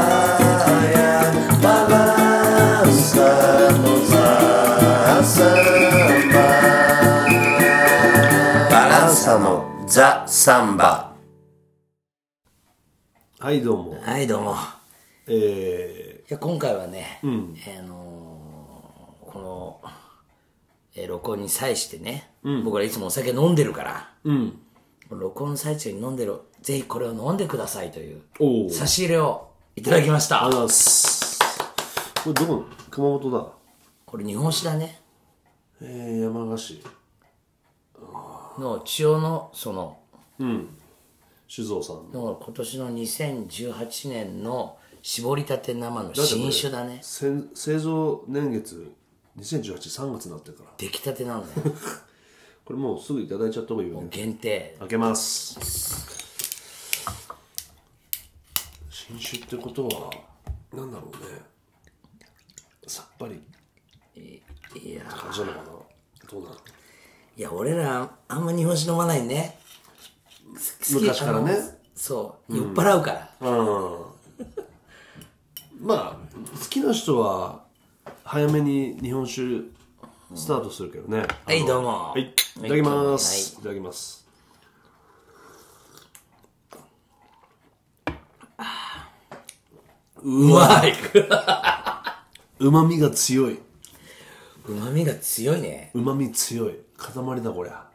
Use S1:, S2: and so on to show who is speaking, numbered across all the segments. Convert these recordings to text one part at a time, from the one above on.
S1: Praia, balançamos a samba. Balançamos the samba.
S2: はいどうも
S3: はいどうもい
S2: え
S3: や今回はね、
S2: ん
S3: あのーこの、えー録音に際してね、僕らいつもお酒飲んでるから
S2: ー、うん
S3: 録音の最中に飲んでるぜひこれを飲んでくださいという
S2: おお
S3: 差し入れをいただきました
S2: あざっすこれどこなの熊本だ
S3: これ日本酒だね
S2: えー、山鹿市
S3: の千代のその
S2: 酒造さんの
S3: の今年の2018年の絞りたて生の新酒だね
S2: せん製造年月20183月になってるから
S3: 出来たてなん だよ
S2: これもうすぐいただいちゃった方がいいよね
S3: 限定
S2: 開けます新酒ってことはなんだろうねさっぱり
S3: いや
S2: 感じなのかなどうなの
S3: いや俺らあんま日本酒飲まないね好き
S2: 昔からね
S3: あのそう酔っ払うから、
S2: まあ好きな人は早めに日本酒スタートするけどね、
S3: はいどうも
S2: はいいただきます、い、ただきます
S3: うまい
S2: うまみが強いう
S3: まみが強いね
S2: うまみ強い塊だこりゃ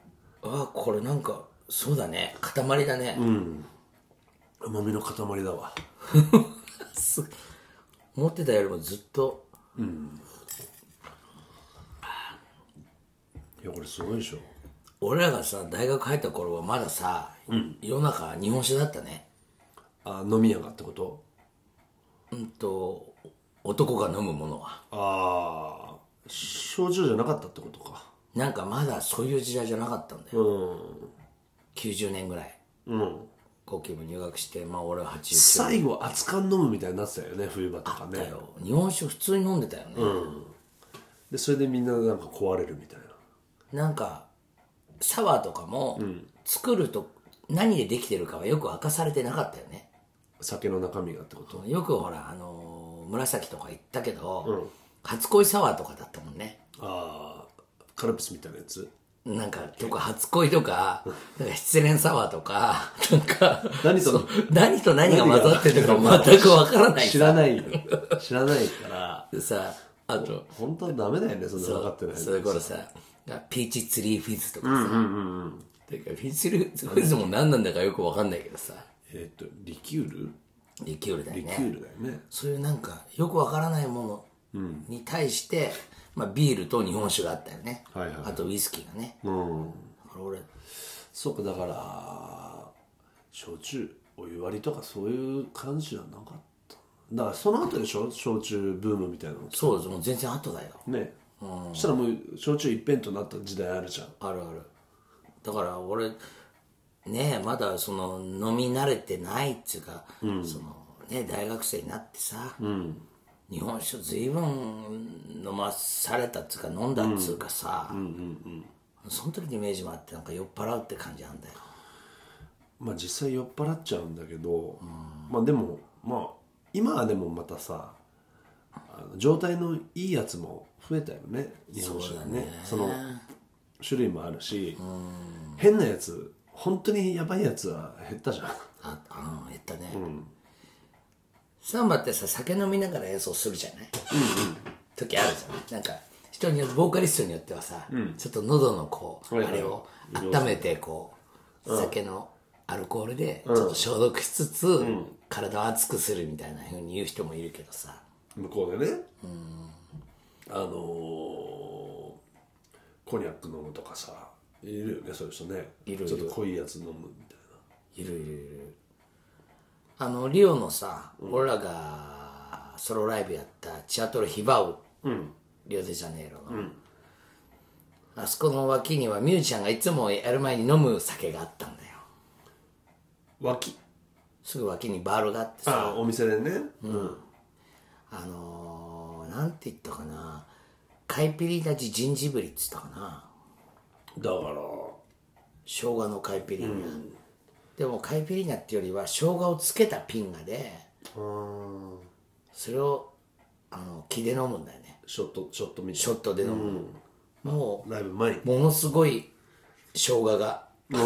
S3: ああこれなんかそうだね塊だね、
S2: うまみの塊だわ
S3: 思ってたよりもずっと
S2: いやこれすごいでしょ
S3: 俺らがさ大学入った頃はまださ、世の中日本酒だったね
S2: あ飲み屋がってこと
S3: うんと男が飲むものは
S2: ああ焼酎じゃなかったってことか
S3: なんかまだそういう時代じゃなかったんだよ、90年ぐらい
S2: うん
S3: 高級も入学してまあ俺は89
S2: 最後熱燗飲むみたいになってたよね冬場とか
S3: だ
S2: ね
S3: よ日本酒普通に飲んでたよね、
S2: でそれでみんななんか壊れるみたい
S3: なんかサワーとかも作ると何でできてるかはよく明かされてなかったよね
S2: な酒の中身がってこと
S3: よくほらあのー紫とか行ったけど、初恋サワーとかだったもんね
S2: ああカルピスみたいなやつ
S3: なんかとか初恋とかなんか失恋サワーとか なんか
S2: 何と
S3: そう何と何が混ざってるのか全くわからない
S2: 知らないよ知らないから
S3: でさあと
S2: 本当はダメだよねそんな分かってない
S3: そういう頃さピーチツリーフィズとかさ、てかピーチツリーフィズも何なんだかよくわかんないけどさ
S2: えっ、とリキュール
S3: リキュールだよ
S2: リキ
S3: ね
S2: ュールだよね
S3: そういうなんかよくわからないものに対して、まあ、ビールと日本酒があったよね、
S2: はいはい
S3: あとウイスキーがね、
S2: うん
S3: だから俺
S2: そうかだから焼酎お湯割りとかそういう感じじゃなかっただからその後でしょ焼酎ブームみたいなの
S3: そうですもう全然後だよ
S2: ねそしたらもう焼酎一辺となった時代あるじゃん
S3: あるあるだから俺ねえまだその飲み慣れてないっつうか、そのね大学生になってさ、日本酒随分飲まされたっつうか飲んだっつうかさ、その時にイメージもあってなんか酔っ払うって感じなんだよ
S2: まあ実際酔っ払っちゃうんだけど、まあでもまあ今はでもまたさあの状態のいいやつも増えたよね日本酒はねその種類もあるし、変なやつ本当にやばいやつは減ったじゃん
S3: ああの言ったね、サンバってさ酒飲みながら演奏するじゃない、時あるじゃんなんか人によってボーカリストによってはさ、ちょっと喉のこう、
S2: はいはい
S3: あれを温めてこう、酒のアルコールでちょっと消毒しつつ、体を熱くするみたいなふうに言う人もいるけどさ
S2: 向こうでね、あのーコニャック飲むとかさいるよねそういう人ね
S3: いるいる
S2: ちょっと濃いやつ飲むみたい
S3: いるいるいるあのリオのさ、俺らがソロライブやったチアトルヒバウ、リオデジャネイロの、あそこの脇にはミュージシャンがいつもやる前に飲む酒があったんだよ
S2: な脇
S3: すぐ脇にバールがあってさ
S2: ああお店でねうん
S3: あのー、なんて言ったかなカイピリダジジンジブリっつったかな
S2: だから
S3: 生姜のカイピリーナ、でもカイピリーナってよりは生姜をつけたピンガでそれをあの気で飲むんだよね
S2: ショットショットみたいな
S3: ショットで飲む、もう
S2: ライブ前に
S3: ものすごい生姜が
S2: うん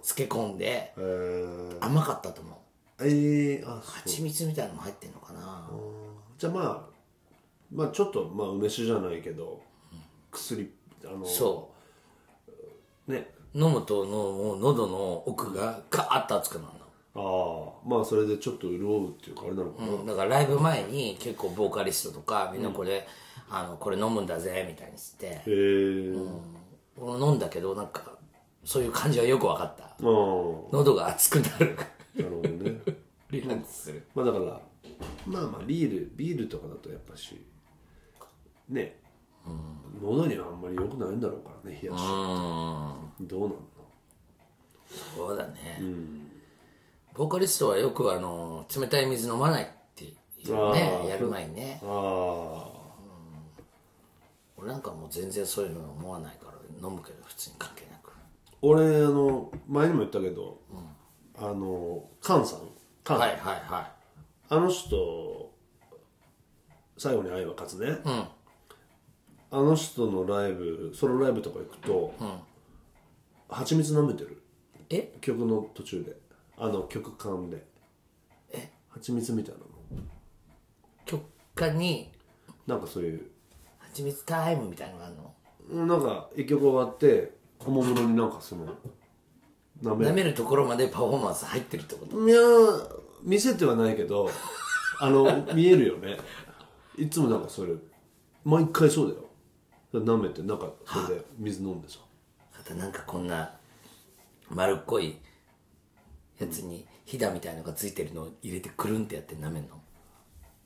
S3: 漬け込んで
S2: えー、
S3: 甘かったと思う
S2: えー、あそう
S3: 蜂蜜みたいなのも入ってんのかな
S2: じゃあまあまあちょっとまあ梅酒じゃないけど薬あの
S3: そう
S2: ね
S3: う飲むとの喉の奥がガーッと熱くなるの
S2: ああまあそれでちょっと潤うっていうかあれなのかな、
S3: うんだからライブ前に結構ボーカリストとかみんなこれ、あのこれ飲むんだぜみたいにして
S2: へえうん
S3: 俺飲んだけどなんかそういう感じはよく分かった
S2: なるほ
S3: 喉が熱くなる
S2: どね
S3: リラックスする
S2: まあだからまあまあビールビールとかだとやっぱしね、喉にはあんまり良くないんだろうからね冷やしどうなんの
S3: そうだね、ボーカリストはよくあの冷たい水飲まないっていう
S2: あ
S3: ね
S2: ー
S3: やる前にね
S2: あ
S3: 俺なんかもう全然そういうの思わないから飲むけど普通に関係なく
S2: あ俺あの前にも言ったけど、あの菅さん菅、
S3: はいはいは
S2: あの人最後に愛は勝つね、あの人のライブソロライブとか行くと、蜂蜜舐めてる
S3: いえ
S2: 曲の途中であの曲間で蜂蜜みたいなの
S3: 曲家に
S2: なんかそういう
S3: 蜂蜜タイムみたいなのがあるの
S2: なんか一曲終わって小物になんかその舐め
S3: 舐めるところまでパフォーマンス入ってるってこと
S2: いやー見せてはない けどあの見えるよねいつもなんかそれ毎回そうだよそれ舐めてなんかそれで水飲んでさ
S3: またなんかこんな丸っこいやつにひだみたいのがついてるのを入れてくるんってやって舐めんの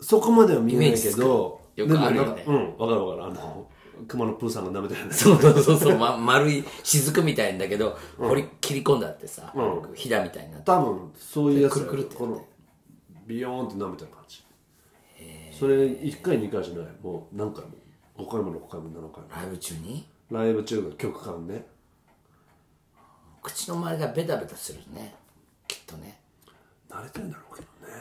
S2: そこまでは見え
S3: イメ
S2: な
S3: ー
S2: い
S3: ジ
S2: け
S3: つく
S2: ど
S3: よくあるよね
S2: でもなんかうんわかるわかるあの熊野プーさんが舐めてるんです
S3: そうそうそうそう、ま、丸い雫みたいんだけど、掘り切り込んだってさ、ひだみたいになって
S2: 多分そういうやつだよ
S3: くるくるって
S2: このビヨーンって舐めてる感じそれ1回2回じゃないもう何回も5回も6回も7回も
S3: ライブ中に
S2: ライブ中の曲間ね
S3: 口の周りがベタベタするねきっとね
S2: 慣れてるんだろうけどね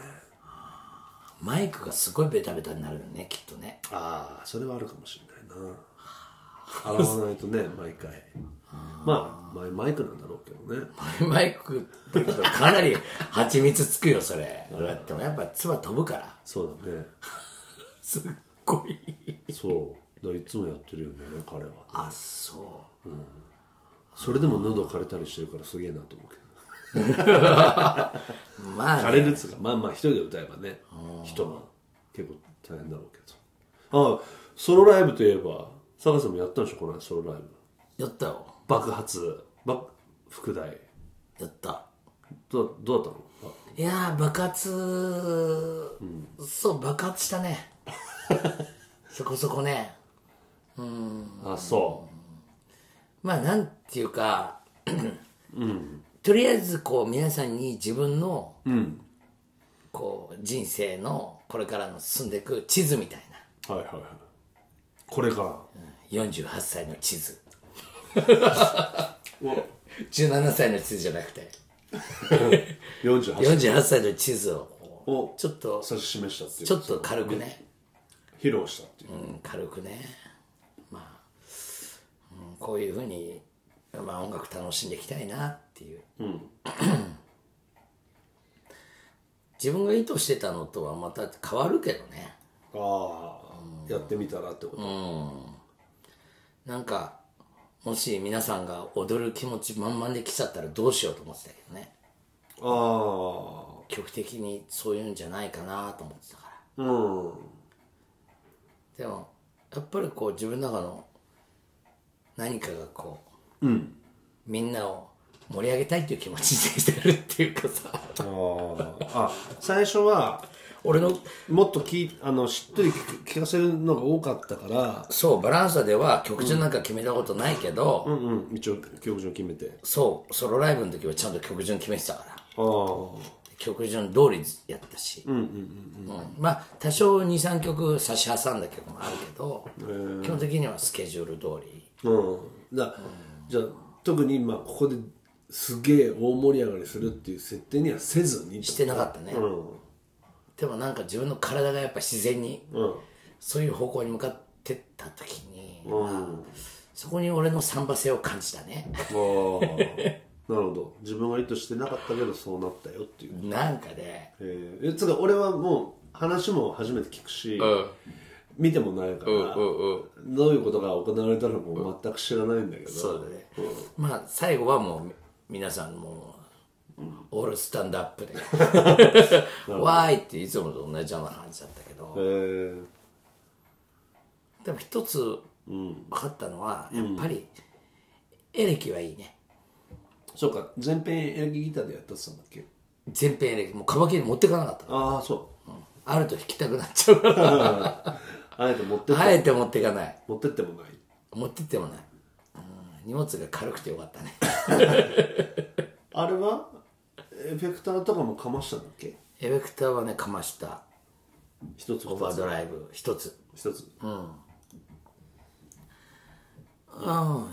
S3: マイクがすごいベタベタになるよねきっとね
S2: ああそれはあるかもしれないな洗わないとね毎回まあマイマイクなんだろうけどね
S3: マイクってことはかなり蜂蜜つくよそれだってやっぱ唾飛ぶから
S2: そうだね
S3: すっごい
S2: そうだからいつもやってるよね彼は
S3: あそう
S2: それでも喉枯れたりしてるからすげえなと思うけど
S3: まあ、
S2: 枯れるっつうかまあまあ一人で歌えばね一晩結構大変だろうけどああソロライブといえば坂さんもやったんでしょこの間ソロライブ
S3: やったよ。
S2: 爆発爆副題
S3: やった。
S2: どうどうだったのあ
S3: いやー、爆発、そう、爆発したね。そこそこね。
S2: あそ
S3: まあ、なんていうか、とりあえず、こう、皆さんに自分の、こう、人生の、これからの進んでいく地図みたいう
S2: はいはいはいこれから
S3: な。48歳の地図。
S2: うわ
S3: 17歳の地図じゃなくて、
S2: 48
S3: 48歳の地図をこ
S2: を
S3: う、ちょっと、
S2: 指し示したっていう
S3: ちょっと軽くね。
S2: 披露したっていう、
S3: うん軽くねまあ、うんこういうふうに、まあ、音楽楽しんでいきたいなっていう、 自分が意図してたのとはまた変わるけどね
S2: ああ、やってみたらってこと、
S3: なんかもし皆さんが踊る気持ち満々で来ちゃったらどうしようと思ってたけどね
S2: あ
S3: 曲的にそういうんじゃないかなと思ってたから
S2: あうん
S3: でもやっぱりこう自分の中の何かがこう、みんなを盛り上げたいっていう気持ちでやるっていうかさ
S2: あああ最初は
S3: 俺の
S2: もっときあのしっとり聞く聞かせるのが多かったから
S3: そうバランサでは曲順なんか決めたことないけど、
S2: うんうん一応曲順決めて
S3: そうソロライブの時はちゃんと曲順決めてたから
S2: ああ
S3: 曲順通りやったし、うんまあ多少23曲差し挟んだ曲もあるけど、基本的にはスケジュール通り
S2: うんだ、じゃあ特にまあここですげえ大盛り上がりするっていう設定にはせずに
S3: してなかったね、
S2: うん
S3: でもなんか自分の体がやっぱ自然に、
S2: うん
S3: そういう方向に向かってった時に、そこに俺のサンバ性を感じたね
S2: おー なるほど自分が意図してなかったけどそうなったよっていう
S3: なんかね
S2: えーえつうか俺はもう話も初めて聞くし、見てもないから、どういうことが行われたのかも全く知らないんだけど、
S3: そうだね、まあ最後はもうみ皆さんもう、オールスタンドアッ プで「わーい!」っていつもと同じような感じだったけど、
S2: えー
S3: でも一つ分かったのは、やっぱりエレキはいいね
S2: そうか前編エレキギターでやったってたんだっけ
S3: 全編エレキもうカバケに持ってかなかったの
S2: ああそう、
S3: あると弾きたくなっちゃうから
S2: あえて持ってって、
S3: あえて持ってかない
S2: 持ってってもない
S3: 持ってってもない、うん、荷物が軽くてよかったね
S2: あれはエフェクターとかもかましたんだっけ
S3: エフェクターはねかました
S2: 一つ
S3: オーバ
S2: 二
S3: ー
S2: つ
S3: ドライブ一つ
S2: 一つ、
S3: うん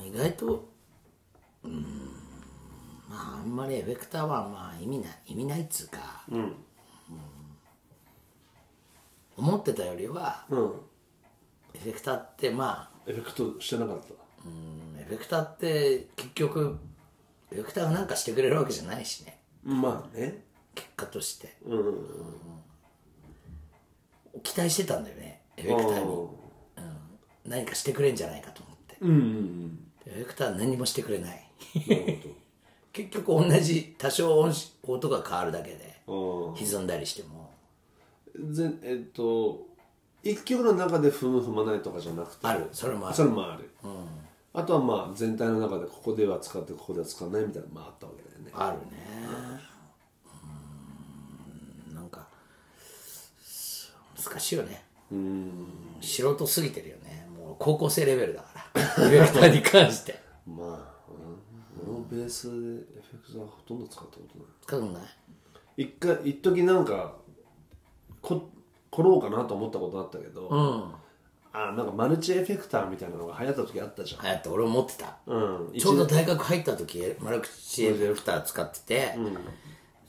S3: 意外とうんまああんまりエフェクターはまあ意味ない意味ないっつうか、うん思ってたよりは
S2: うん、
S3: エフェクターってまあ
S2: エフェクトしてなかった
S3: うんエフェクターって結局エフェクターがなんかしてくれるわけじゃないしね
S2: まあね
S3: 結果として、うん期待してたんだよねエフェクターに何かしてくれんじゃないかと思って、
S2: うんうん
S3: エフェクターは何もしてくれない
S2: うんなる
S3: 結局同じ多少音し音が変わるだけで
S2: ほど
S3: 歪んだりしても
S2: うんぜえっと一曲の中で踏む踏まないとかじゃなくて
S3: あるそれもあ
S2: そ
S3: る
S2: れもある、あとはまあ全体の中でここでは使ってここでは使わないみたいなのもあったわけだよね
S3: あるねうんなんか難しいよね素人すぎてるよねもう高校生レベルだからエフェクターに関 して
S2: まあ、うん、俺のベースでエフェクターはほとんど使ったことない
S3: 使うんない
S2: 一回一時なんかこ来ろうかなと思ったことあったけど、あなんかマルチエフェクターみたいなのが流行った時あったじゃん、
S3: あやって俺も持ってた、
S2: うん、
S3: ちょうど大学入った時マルチエフェクター使ってて、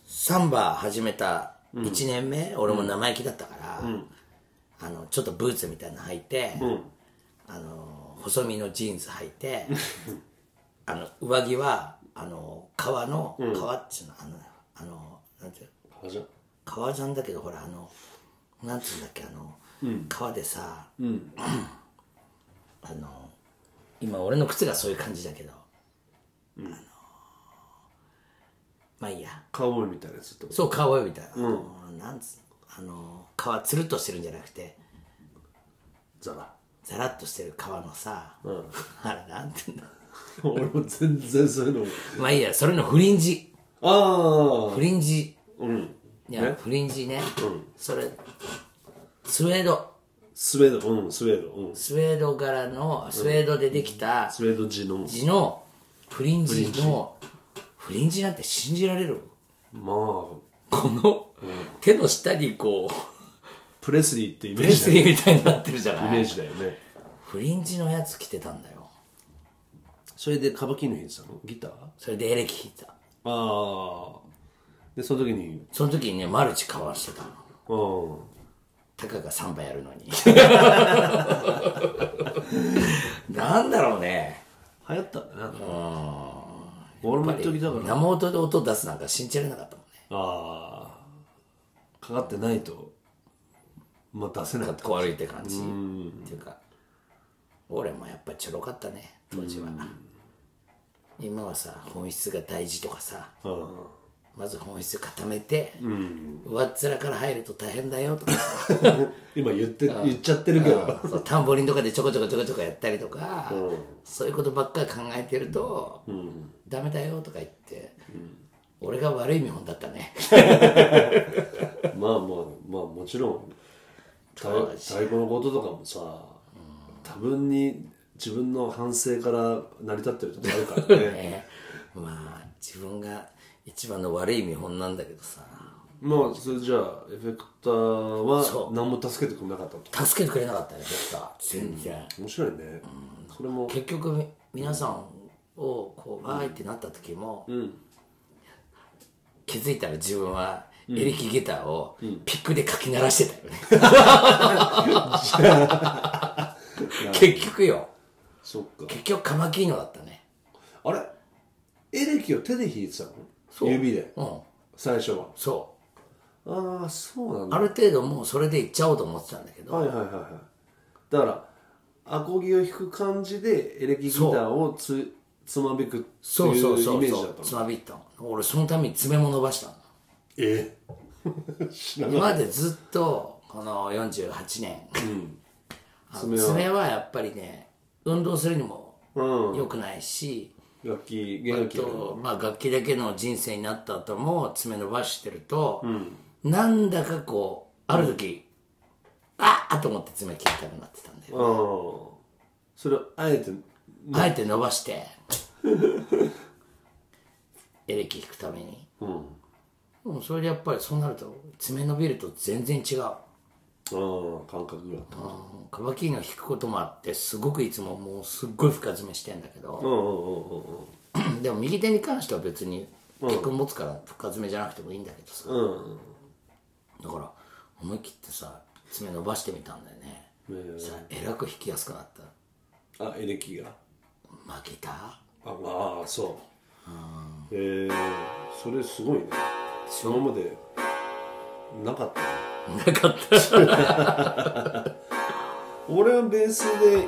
S3: サンバ始めた1年目、俺も生意気だったから、あのちょっとブーツみたいなの履いて、あの細身のジーンズ履いてあの上着はあの革の革っちゅうのあのあのなんていうの
S2: あじゃ
S3: 革ジャンだけどほらあのなんつうんだっけあの、革でさ、 あの今俺の靴がそういう感じだけど、あのまあいいや
S2: カウボーイみたいなやつってこと
S3: そう革みたいな、なんつあの革つるっとしてるんじゃなくて
S2: ザラ
S3: ザラッとしてる革のさ、 あれなんていうんだ
S2: 俺も全然そういうの
S3: まあいいやそれのフリンジ
S2: ああ
S3: フリンジ
S2: うん
S3: いや、フリンジね、それスウェード
S2: スウェードうんスウェードうん
S3: スウェード柄のスウェードでできた
S2: スウェード地の
S3: 地のフリンジのフリンジなんて信じられる
S2: まあ
S3: この手の下にこう
S2: プレスリーってイメ
S3: プ
S2: ー
S3: レ
S2: ジ
S3: ス
S2: だよ
S3: リーみたいになってるじゃ
S2: イ
S3: な
S2: メー
S3: い
S2: ジだよね
S3: フリンジのやつ着てたんだよ
S2: それでカバキの弾いてたのギター
S3: それでエレキ弾いた
S2: ああでその時に
S3: その時にねマルチかわしてたの
S2: うん
S3: たかがサンバやる のになんだろうね
S2: 流行ったんだな俺も一時だから
S3: 生音で音出すなんか信じられなかったもんね
S2: ああかかってないとまあ出せなか
S3: か
S2: っ
S3: ったこ悪いって感じっていうか俺もやっぱちょろかったね当時は今はさ本質が大事とかさ
S2: うん
S3: まず本質固めて上っ面から入ると大変だよとか
S2: 今言って言っちゃってるけど
S3: そうタンボリンとかでちょこちょこちょこちょこやったりとかそういうことばっかり考えてるとダメだよとか言って俺が悪い見本だったね
S2: まあまあまあもちろん太太鼓のこととかもさ多分に自分の反省から成り立ってるとこあ るからね
S3: ねまあ自分が一番の悪い見本なんだけどさ
S2: まあそれじゃあエフェクターは
S3: そう
S2: 何も助けてくれなかったと
S3: 助けてくれなかったね僕は全然、
S2: 面白いねそれも
S3: 結局み皆さんをこうわーいってなった時も、気づいたら自分はエレキギターをピックでかき鳴らしてたよね。 結局よ。
S2: そっか
S3: 結局カマキリのだったね。
S2: あれエレキを手で弾いてた
S3: そう
S2: の指で
S3: うん。
S2: 最初は
S3: そ
S2: ああそうなん
S3: う。あ
S2: だ
S3: る程度もうそれでいっちゃおうと思ってたんだけど。
S2: はいはいはいはいだからアコギを弾く感じでエレキギターをつつまびくってい
S3: そう
S2: うイ
S3: そうそう
S2: メージ
S3: そ
S2: だっ
S3: う。
S2: た
S3: つ
S2: の
S3: まびったの。俺そのために爪も伸ばしたの。
S2: ええ 知らな
S3: 今
S2: かっ
S3: までずっと、この48年、あの
S2: 爪は
S3: 爪はやっぱりね、運動するにも
S2: うん
S3: 良くないし、
S2: た楽器弦楽器だ
S3: とまあ、楽器だけの人生になった後も爪伸ばしてると、なんだかこうある時、あっと思って爪切りたくなってたんだよ、
S2: うんそれをあえて
S3: あえて伸ばして エレキ弾くために、
S2: うん
S3: うん、それでやっぱりそうなると爪伸びると全然違う
S2: うん感覚があった
S3: うんカバキリの弾くこともあってすごくいつももうすっごい深爪してんだけ
S2: う
S3: ど、
S2: んうんうんうんうん
S3: でも右手に関しては別に結婚持つから深爪じゃなくてもいいんだけどさ、
S2: うん
S3: だから思い切ってさ爪伸ばしてみたんだよね、
S2: へえ
S3: さえらく引きやすくなった
S2: あエレキが
S3: 負けた
S2: あああそうへえそれすごいね今までなかったね
S3: なかった
S2: 俺はベースで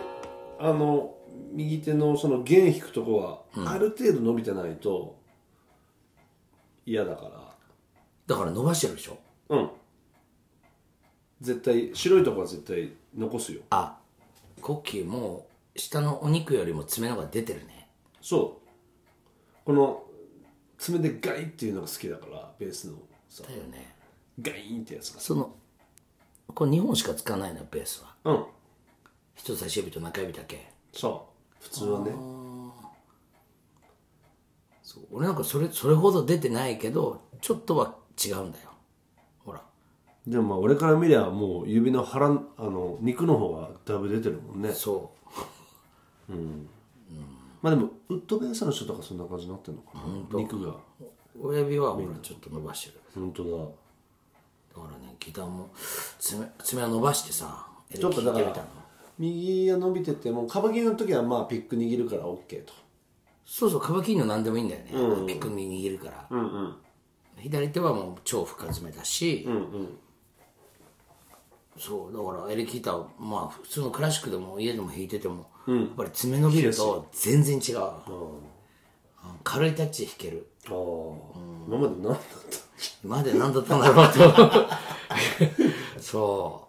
S2: あの右手のその弦弾くとこは、ある程度伸びてないと嫌だか
S3: だから伸ばしてるでしょ
S2: らうん絶対白いとこは絶対残すよ
S3: あコッキーもう下のお肉よりも爪の方が出てるね
S2: そうこの爪でガイっていうのが好きだからベースのさ
S3: だよね
S2: ガインってやつが
S3: そのこれ2本しか使わないのよベースは
S2: うん
S3: 人差し指と中指だけ
S2: そう普通はね
S3: そう俺なんかそれそれほど出てないけどちょっとは違うんだよほら
S2: でもまあ俺から見りゃもう指の腹んあの肉の方がだいぶ出てるもんね
S3: そ
S2: まあでもウッドベースの人とかそんな感じになってるのかな肉が
S3: う親指はほらちょっと伸ばしてる
S2: 本当だ
S3: だからねギターも爪爪を伸ばしてさエレ
S2: ちょっとだか
S3: 弾いてみた
S2: ら
S3: の
S2: 右が伸びててもカバキリの時はまあピック握るから OK と
S3: そうそうカバキリの何でもいいんだよね、ピックに握るから、左手はもう超深爪だし、そうだからエレキギターまあ普通のクラシックでも家でも弾いてても、やっぱり爪伸びると全然違う、うん軽いタッチで弾ける
S2: ああ今まで何だっ
S3: 今まで何だったんだろうと そ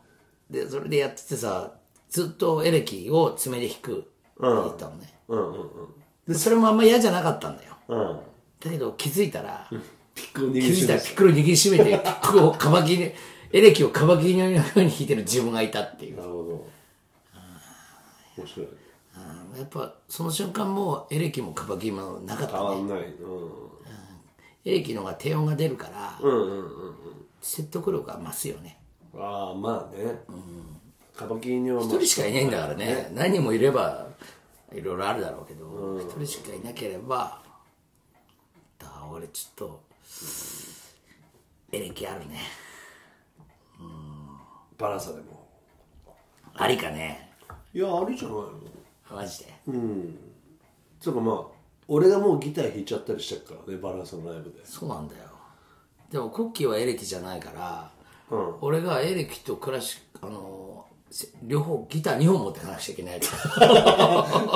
S3: うでそれでやっててさずっとエレキを爪で弾く弾いたのね、
S2: たうんうん
S3: でそれもあんま嫌じゃなかったんだよ
S2: うんうん
S3: だけど気づいたら
S2: ピックを握
S3: 気
S2: り
S3: づい
S2: しため
S3: ら
S2: て
S3: ピックルを握りしめてピックをカバキリエレキをカバキリのように弾いてる自分がいたっていう
S2: なるほど面白い
S3: うんやっぱその瞬間もうエレキもカバキリもなかっ
S2: 変
S3: た
S2: わ
S3: ね
S2: んないうん
S3: エレキの方が低音が出るから、
S2: うんうんうん
S3: 説得力が増すよね
S2: ああまあね、カバキリにはまあ
S3: 一人しかいないんだからね何人もいればいろいろあるだろうけど一、人しかいなければだから俺ちょっとエレキあるね
S2: バラさでも
S3: ありかね
S2: いやありじゃないの
S3: マジで
S2: つうかまあ俺がもうギター弾いちゃったりしてるからねバランスのライブで
S3: そうなんだよでもコッキーはエレキじゃないから、
S2: うん
S3: 俺がエレキとクラシックあのせ両方ギター2本持ってかなくちゃいけない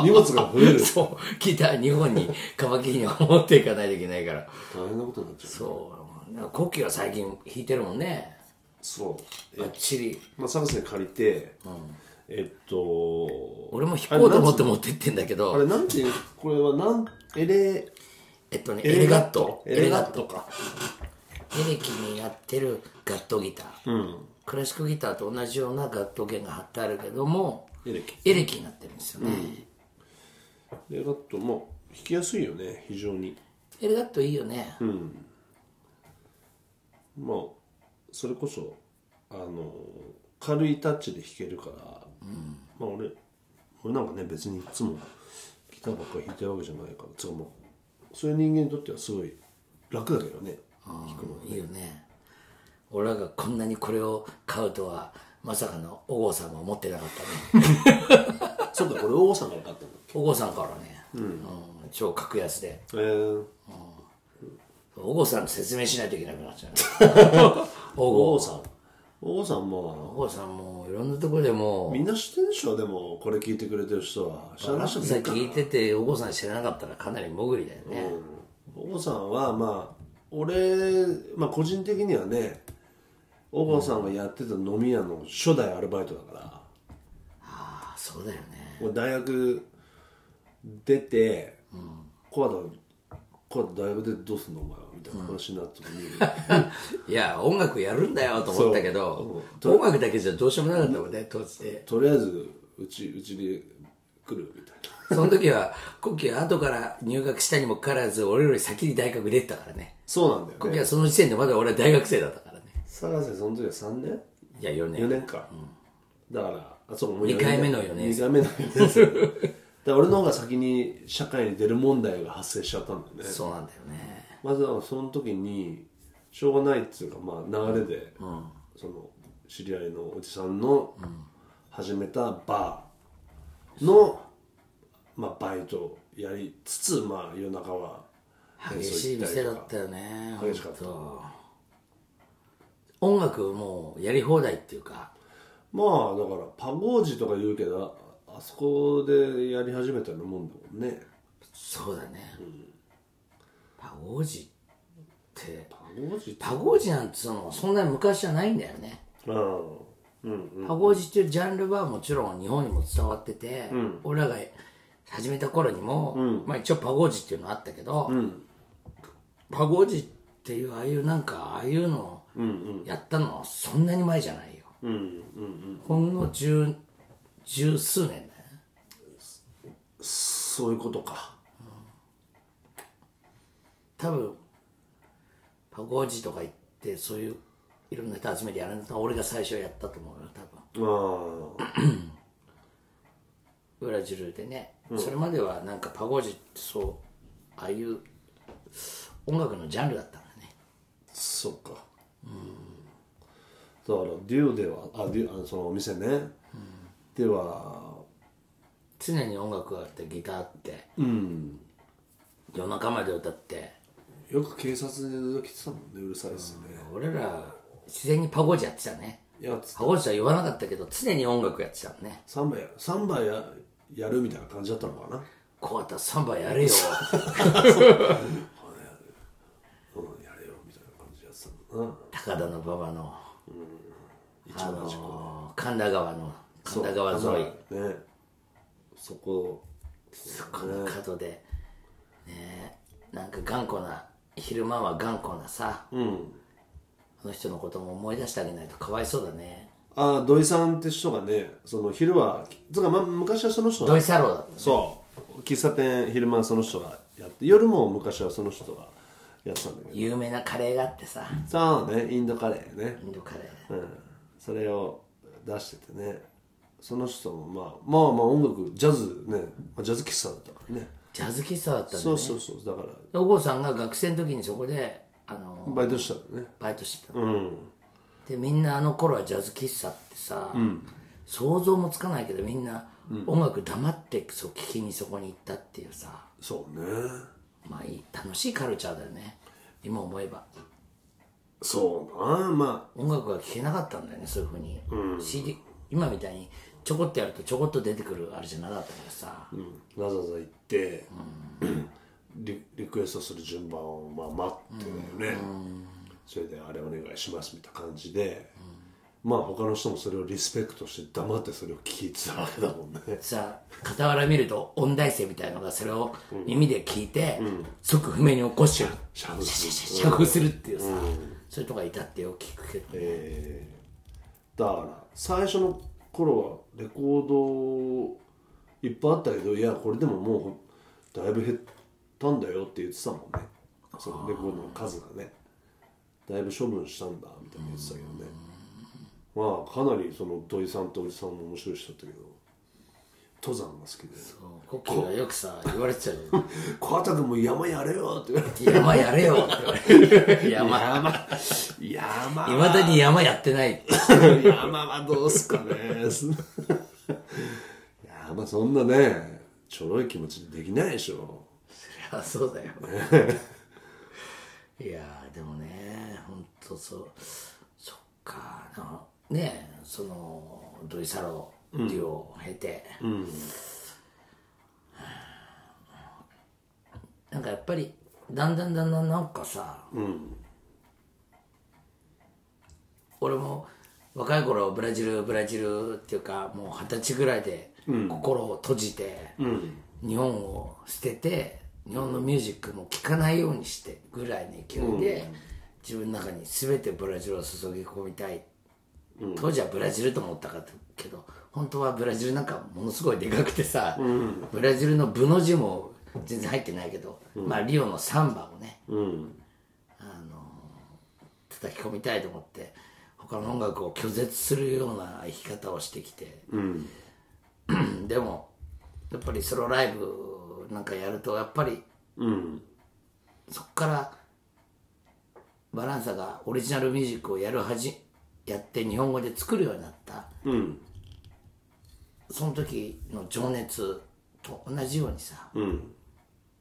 S2: 荷物が増える
S3: そうギター2本にカバキリを持っていかないといけないから
S2: 大変なことになっちゃう
S3: そうなんかコッキーは最近弾いてるもんね
S2: そう
S3: ば
S2: え
S3: っちり
S2: まあサブスで借りて、えっと
S3: 俺も弾こうと思って
S2: も
S3: 持ってってんだけ
S2: あれ
S3: ど
S2: なんていうこれはなんエレ
S3: えっとねエレガット
S2: エレガットか
S3: エレキにやってるガットギター、クラシックギターと同じようなガット弦が貼ってあるけども
S2: エレキ
S3: エレキになってるんですよね、
S2: エレガットも弾きやすいよね非常に
S3: エレガットいいよね、
S2: まあそれこそあの軽いタッチで弾けるから、まあ俺俺なんかね別にいつもギターばっかり弾いてるわけじゃないからつうかもうそういう人間にとってはすごい楽だけどね
S3: いいよね俺らがこんなにこれを買うとはまさかのお郷さんも思ってなかったね
S2: そうだこれ王さんが買ったの
S3: お郷さんからね、うん超格安で
S2: えー、
S3: お郷さん説明しないといけなくなっちゃう お郷
S2: 王さん王さんも
S3: お郷さんもいろんなところでも
S2: みんな知ってるでしょでもこれ聞いてくれてる人は知らない人
S3: さっき聞いててお郷さん知らなかったらかなり潜りだよね、
S2: 王さんはまあ俺、まあ、個人的にはね王郷さんがやってた飲み屋の初代アルバイトだから、
S3: ああそうだよね
S2: 俺大学出て、コアだコアだ大学出てどうすんのお前はみたいな話になった時に、
S3: いや音楽やるんだよと思ったけど音楽だけじゃどうしようもなかったもんね当時で
S2: とりあえずうちうちに来るみたいな
S3: その時はコッキーは後から入学したにもかかわらず俺より先に大学出てたからね
S2: そうなんだ
S3: コッ
S2: よ
S3: キー
S2: ね
S3: はその時点でまだ俺は大学生だったからね
S2: 探せその時は3年
S3: いや4
S2: 4
S3: 年
S2: 年か、だからあそうもう
S3: 二回目の
S2: 四
S3: 四年
S2: 2回目の4年生 だから俺の方が先に社会に出る問題が発生しちゃったんだよね
S3: そうなんだよね
S2: まずはその時にしょうがないっていうか、まあ、流れで、その知り合いのおじさんの始めたバーの、まあ、バイトをやりつつ、まあ、夜中は
S3: 激しい店だったよね
S2: 激しかった
S3: 本当音楽もうやり放題っていうか
S2: まあだからパゴージとか言うけどああそこでやり始めたようなもんだもんね
S3: そうだね、パゴージって
S2: パゴージって
S3: パゴージなんてそのそんなに昔じゃないんだよね
S2: うんうん
S3: パゴージっていうジャンルはもちろん日本にも伝わってて、俺らが始めた頃にも、まあ一応パゴージっていうのあったけど、パゴージっていうああいうなんかああいうのをやったのはそんなに前じゃないよ、
S2: うんうん
S3: ほんの十十数年だよね
S2: そういうことか
S3: 多分パゴージとか行ってそういういろんな人集めてやるんだったら俺が最初やったと思うよ多分
S2: ああ
S3: ブラジルでね、それまではなんかパゴージってそうああいう音楽のジャンルだったんだね
S2: そっかうんだからデューではあデューあのそのお店ね、では
S3: 常に音楽があってギターあって、夜中まで歌って
S2: よく警察が来てたもんねうるさいっすね、
S3: 俺ら自然にパゴージやってたね
S2: いやつ
S3: パゴージは言わなかったけど常に音楽やってたのね
S2: サンバやサンバややるみたいな感じだったのかな、
S3: こうやったらサンバやれよ
S2: うん、やれよみたいな感じでやってたのかな
S3: 高田馬場の
S2: 一
S3: あ
S2: 番端っこ
S3: の神田川の神田川沿い
S2: いねそこ
S3: そこの角でねえなんか頑固な昼間は頑固なさ、
S2: うん
S3: あの人のことも思い出してあげないとかわいそうだね
S2: ああ土井さんって人がねその昼はつうか、ま、昔はその人が
S3: 土井サローだった
S2: そう喫茶店昼間はその人がやって夜も昔はその人がやってたんだけど
S3: 有名なカレーがあってさ
S2: そうねインドカレーね
S3: インドカレー
S2: うんそれを出しててねその人もまあまあまあ音楽ジャズね、まあ、ジャズ喫茶だったからね
S3: ジャズ喫茶だったんだ
S2: そ
S3: よ
S2: う
S3: ね
S2: そうそうだから
S3: でお郷さんが学生の時にそこであの
S2: バイトしたのね
S3: バイトしてたの
S2: うん
S3: でみんなあの頃はジャズ喫茶ってさ、想像もつかないけどみんな音楽黙ってそう聞きにそこに行ったっていうさ
S2: そうね
S3: まあいい楽しいカルチャーだよね今思えば
S2: そうなまあ
S3: 音楽が聴けなかったんだよねそういうふうに、CD 今みたいにちょこっとやるとちょこっと出てくるあれじゃなかったからさ、
S2: わざわざ行って、リリクエストする順番をまあ待ってだよね、それであれお願いしますみたいな感じで、まあ他の人もそれをリスペクトして黙ってそれを聞いてたわけだもんね
S3: さ傍ら見ると音大生みたいのがそれを耳で聞いて、即不明に起こしちゃう
S2: シャウト
S3: シ
S2: す
S3: ャシャシャシ
S2: る
S3: ャシャするっていうさ、そういうとこがいたってよく聞くけど、
S2: えーだから最初の頃はレコードいっぱいあったけどいやこれでももうだいぶ減ったんだよって言ってたもんねそのレコードの数がねだいぶ処分したんだみたいな言ってたけどねまあかなりその土井さんとおじさんも面白い人だったけど登山が好きで
S3: コッキーがよくさ言われてたよ
S2: 「川田君も山やれよ」って言われて
S3: 山やれよって言われて
S2: 「
S3: 山
S2: 山 山
S3: いまだに山やってない
S2: 山はどうすかね山そんなねちょろい気持ちでできないでしょ
S3: あそうだよいやーでもねほんとそうそっかなねえその土井サロデュオを経て、なんかやっぱりだんだんだんだんなんかさ、俺も若い頃ブラジルブラジルっていうかもう二十歳ぐらいで心を閉じて、日本を捨てて日本のミュージックも聴かないようにしてぐらいの勢いで、自分の中に全てブラジルを注ぎ込みたい、当時はブラジルと思ったかったけど本当はブラジルなんかものすごいでかくてさ、ブラジルの「部」の字も全然入ってないけど、まあリオのサンバをね、叩き込みたいと思って他の音楽を拒絶するような生き方をしてきて、 でもやっぱりソロライブなんかやるとやっぱり、そっからバランサがオリジナルミュージックをやるはじやって日本語で作るようになった、その時の情熱と同じようにさ、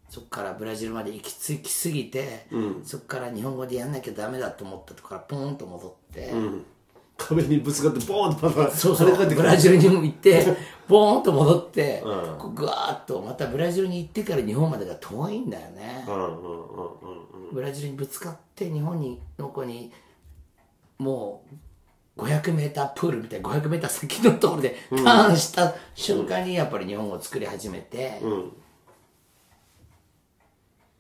S3: そっからブラジルまで行き着きすぎて、そっから日本語でやんなきゃダメだと思ったとこからポーンと戻って、
S2: 壁にぶつかってボーンとまた
S3: そうそうブラジルにも行って ポーンと戻って、こうぐわーっとまたブラジルに行ってから日本までが遠いんだよね、ブラジルにぶつかって日本にの子にもう 500m プールみたいな 500m 先のところでターンした瞬間にやっぱり日本語を作り始めて、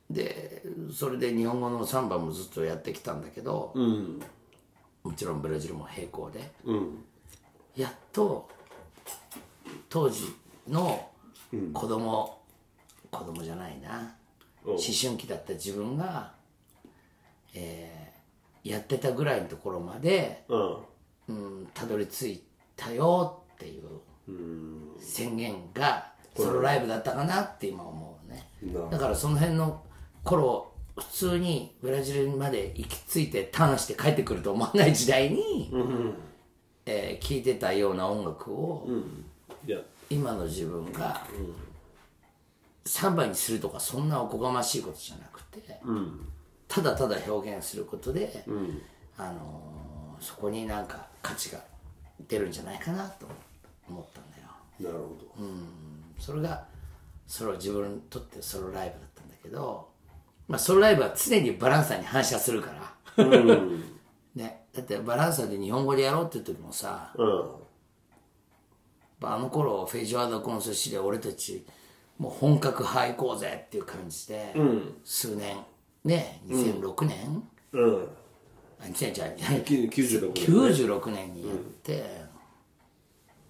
S3: でそれで日本語のサンバもずっとやってきたんだけど、もちろんブラジルも並行で、やっと当時の子供、子供じゃないな思春期だった自分が、えーやってたぐらいのところまで、
S2: うん
S3: うん、たどり着いたよっていう宣言がソロライブだったかなって今思うね
S2: なるほど
S3: だからその辺の頃普通にブラジルまで行き着いてターンして帰ってくると思わない時代に、えー聴いてたような音楽を、
S2: いや
S3: 今の自分が3倍にするとかそんなおこがましいことじゃなくて、ただただ表現することで、あのーそこになんか価値が出るんじゃないかなと思ったんだよ
S2: なるほど、
S3: それがソロ自分にとってソロライブだったんだけど、まあ、ソロライブは常にバランサーに反射するから、 ね、だってバランサーで日本語でやろうって時もさ、まああの頃フェイジョアードコンソシで俺たちもう本格派行こうぜっていう感じで、数年ね2006年、
S2: うんうん
S3: あ2000じゃない
S2: 96年
S3: 96年にやって、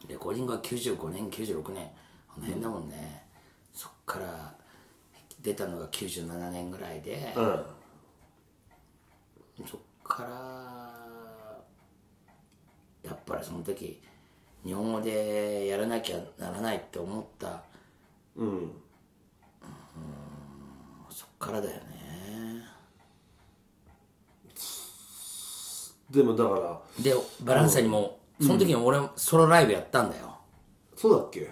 S3: レコーディングは95年96年あの辺だもんね、そっから出たのが97年ぐらいで、
S2: うん
S3: そっからやっぱりその時日本語でやらなきゃならないって思ったうんそっからだよね
S2: でもだから
S3: でバランサにも、その時に俺ソロライブやったんだよ
S2: そうだっけ、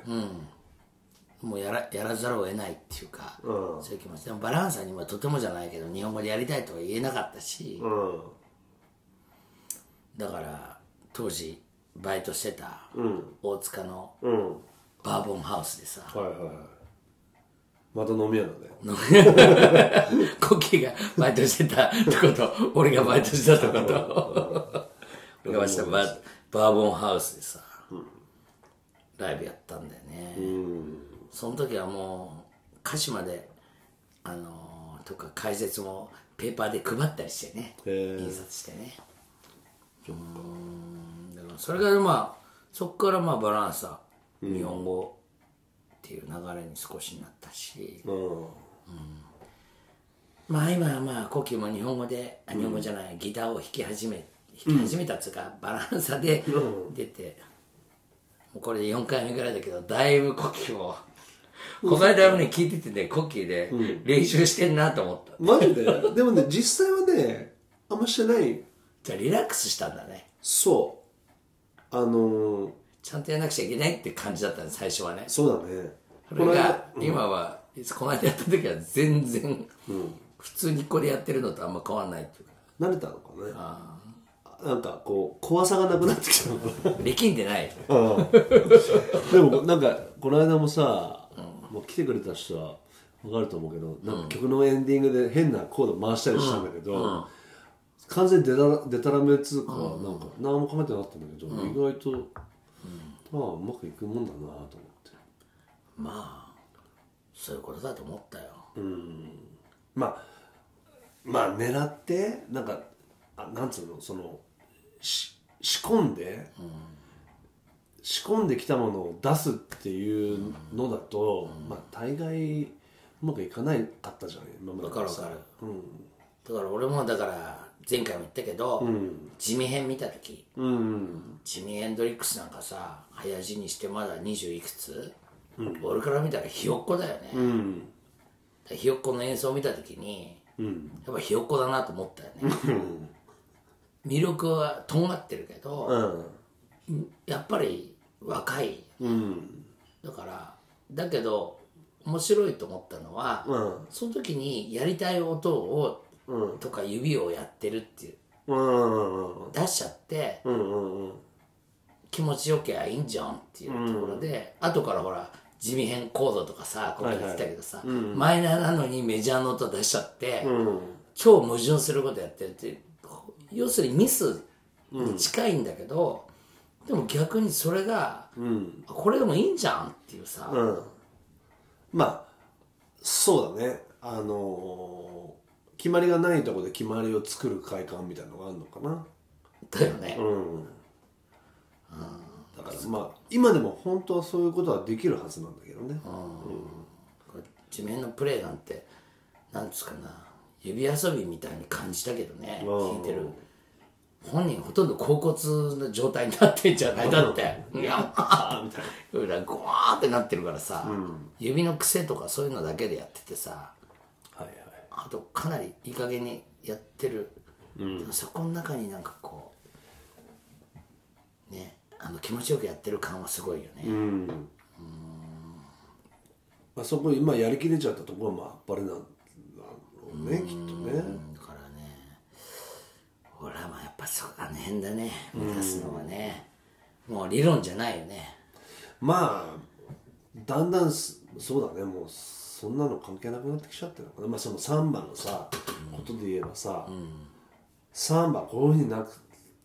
S3: もうやらやらざるを得ないっていうか、そういう気持ちでもバランサにはとてもじゃないけど日本語でやりたいとは言えなかったし、だから当時バイトしてた大塚のバーボンハウスでさ、
S2: はいはいはいまた飲み屋だね
S3: コッキーがバイトしてたとこと、俺がバイトしてたとこと、 俺がバイトしてたババーボンハウスでさ、ライブやったんだよね。その時はもう、歌詞まで、あのーとか解説もペーパーで配ったりしてね、
S2: へー
S3: 印刷してね。うーん、だからそれがまあ、そっからまあバランサ、日本語っていう流れに少しなったし、
S2: うん
S3: まあ今はまあコキも日本語であ日本語じゃない、ギターを弾き始め弾き始めたっつうか、バランサで出て、うこれで4回目ぐらいだけどだいぶ呼吸をこの間もね聞いててねコッキーで練習してんなと思った、
S2: マジででもね実際はねあんましてない
S3: じゃあリラックスしたんだね
S2: そうあのー、
S3: ちゃんとやらなくちゃいけないって感じだったね最初はね
S2: そうだね
S3: それが今は、この間やった時は全然、普通にこれやってるのとあんま変わんないっていうか
S2: 慣れたのかねなんかこう怖さがなくなってきたのかな
S3: 力んでない
S2: でもなんかこの間もさ、もう来てくれた人は分かると思うけどなんか曲のエンディングで変なコード回したりしたんだけど、完全にデタラデタラメっつうか、なんか何も考えてなかったんだけど、意外と、まあうまくいくもんだなと思って
S3: まあそういうことだと思ったよ、
S2: まあまあ狙ってなんかあなんつうのそのし仕込んで、仕込んできたものを出すっていうのだと、まあ大概うまくいかないかったじゃん今まで
S3: わかるわかる、だから俺もだから前回も言ったけど、地味編見た時、ジミー・ヘンドリックスなんかさ早死にしてまだ二十いくつ、俺から見たらひよっこだよね、だからひよっこの演奏を見た時に、やっぱひよっこだなと思ったよね魅力はとんがってるけど、やっぱり若い、だからだけど面白いと思ったのは、その時にやりたい音を、とか指をやってるっていう
S2: うんうんうんうん
S3: 出しちゃって、気持ちよけりゃいいんじゃんっていうところで、後からほら地味変コードとかさここに言ってたけどさ、マイナーなのにメジャーの音出しちゃって、超矛盾することやってるって要するにミスに近いんだけど、でも逆にそれが、これでもいいんじゃんっていうさ、
S2: まあそうだねあのー決まりがないところで決まりを作る快感みたいなのがあるのかな
S3: だよね、
S2: だからまあ今でも本当はそういうことはできるはずなんだけどね、
S3: これ地面のプレーなんてなんつうかな指遊びみたいに感じたけどね聞いてる本人ほとんど甲骨の状態になってんじゃないだっていやみたいなゴワーってなってるからさ、指の癖とかそういうのだけでやっててさ
S2: はいはい
S3: あとかなりいい加減にやってる、でもそこの中になんかこうねあの気持ちよくやってる感はすごいよね、
S2: まあ、そこ今やりきれちゃったところはまああっぱれなんだろうねきっとね
S3: だからね俺はまあやっぱそあの辺だね目指すのはね、もう理論じゃないよね
S2: まあだんだんすそうだねもうそんなの関係なくなってきちゃってるのかな、まあ、そのサンバのさことで言えばさ、サンバこういうふうになく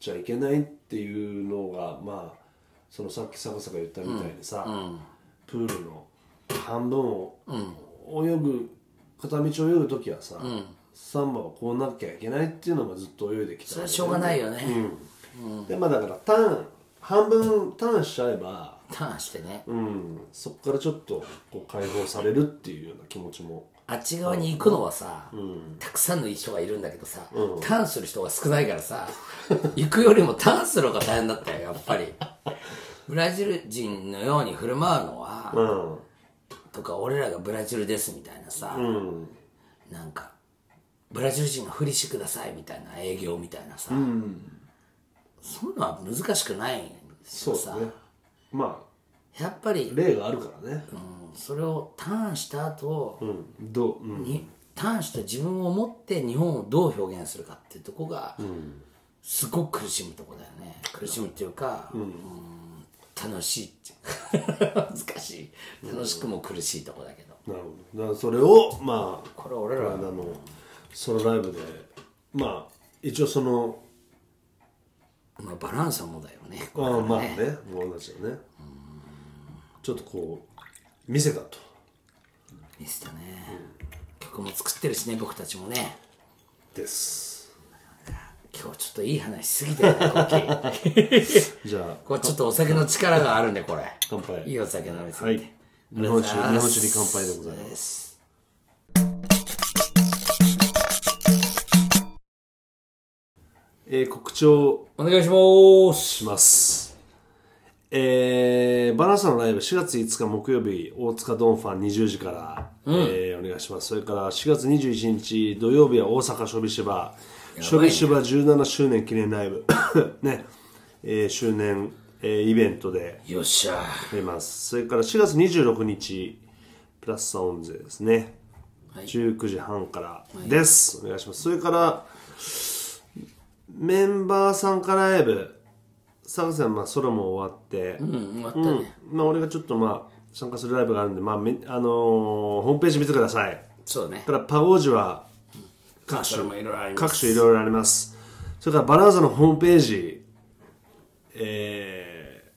S2: ちゃいけないっていうのがまあそのさっき坂坂言ったみたいにさ、プールの半分を泳ぐ片道を泳ぐ時はさ、サンバはこうなきゃいけないっていうのがずっと泳いできた
S3: それはしょうがないよね、
S2: でまあだからターン半分ターンしちゃえば、
S3: ターンしてね、
S2: うん、そこからちょっとこう解放されるっていうような気持ちも
S3: あっち側に行くのはさ、たくさんの人がいるんだけどさ、ターンする人が少ないからさ 行くよりもターンする方が大変だったよやっぱり ブラジル人のように振る舞うのは、
S2: うん
S3: とか俺らがブラジルですみたいなさ、なんかブラジル人のふりしてくださいみたいな営業みたいなさ、そんなのは難しくないんです
S2: そ
S3: よ
S2: うだ
S3: さ、
S2: ねま
S3: やっぱり
S2: あ、例があるからね、
S3: うんそれをターンした後、
S2: うん、どう、うん、
S3: にターンした自分を持って日本をどう表現するかっていうとこが、すごく苦しむとこだよね苦しむっていうか、うん楽しいって 難しい楽しくも苦しいとこだけど、
S2: なるほどだからそれをまあ
S3: これ俺
S2: こ
S3: ら
S2: の間のソロライブでまあ一応その
S3: まあ、バランスもだよね
S2: ああまあねもう同じだねちょっとこう見せたと
S3: 見せたね、曲も作ってるしね僕たちもね
S2: です
S3: 今日ちょっといい話しすぎてるね大きい
S2: じゃあ
S3: これちょっとお酒の力があるねこれ
S2: 乾杯
S3: いいお酒飲みす
S2: は
S3: ぎ
S2: い
S3: て、
S2: 日本酒
S3: ありがと
S2: 日本
S3: う
S2: 酒に乾杯でございます
S3: す
S2: えー告知を
S3: お願いします
S2: します。えー、バランスのライブ4月5日木曜日大塚ドンファン20時から、えーお願いしますそれから4月21日土曜日は大阪ショビシバショビシバ17周年記念ライブ ね、えー周年、えーイベントで
S3: よっしゃ
S2: ありますそれから4月26日プラスサウンズですね、
S3: はい
S2: 19時半からです、お願いしますそれからメンバーさんからライブ佐賀さんまあソロも終わって、
S3: うん終わったね、
S2: まあ俺がちょっとまあ参加するライブがあるんでまあめあのーホームページ見てください
S3: そうね
S2: それからパゴージュは
S3: 各種もいろいろありま
S2: 各
S3: す
S2: 種いろいろありますそれからバランサのホームページえー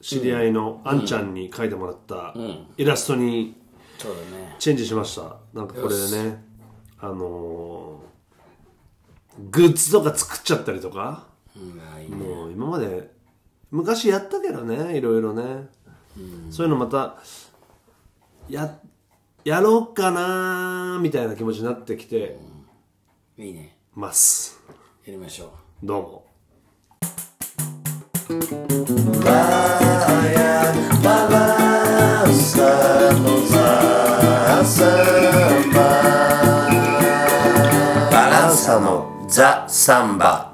S2: 知り合いのあんちゃんに描いてもらったイラストに
S3: そうだね
S2: チェンジしましたなんかこれでねあのーグッズとか作っちゃったりとか
S3: うんああいい
S2: もう今まで昔やったけどねいろいろね、そういうのまたややろうかなーみたいな気持ちになってきて
S3: いいね
S2: ます
S3: やりましょう
S2: どうも
S1: バランサのザ・サンババランサのザ・サンバ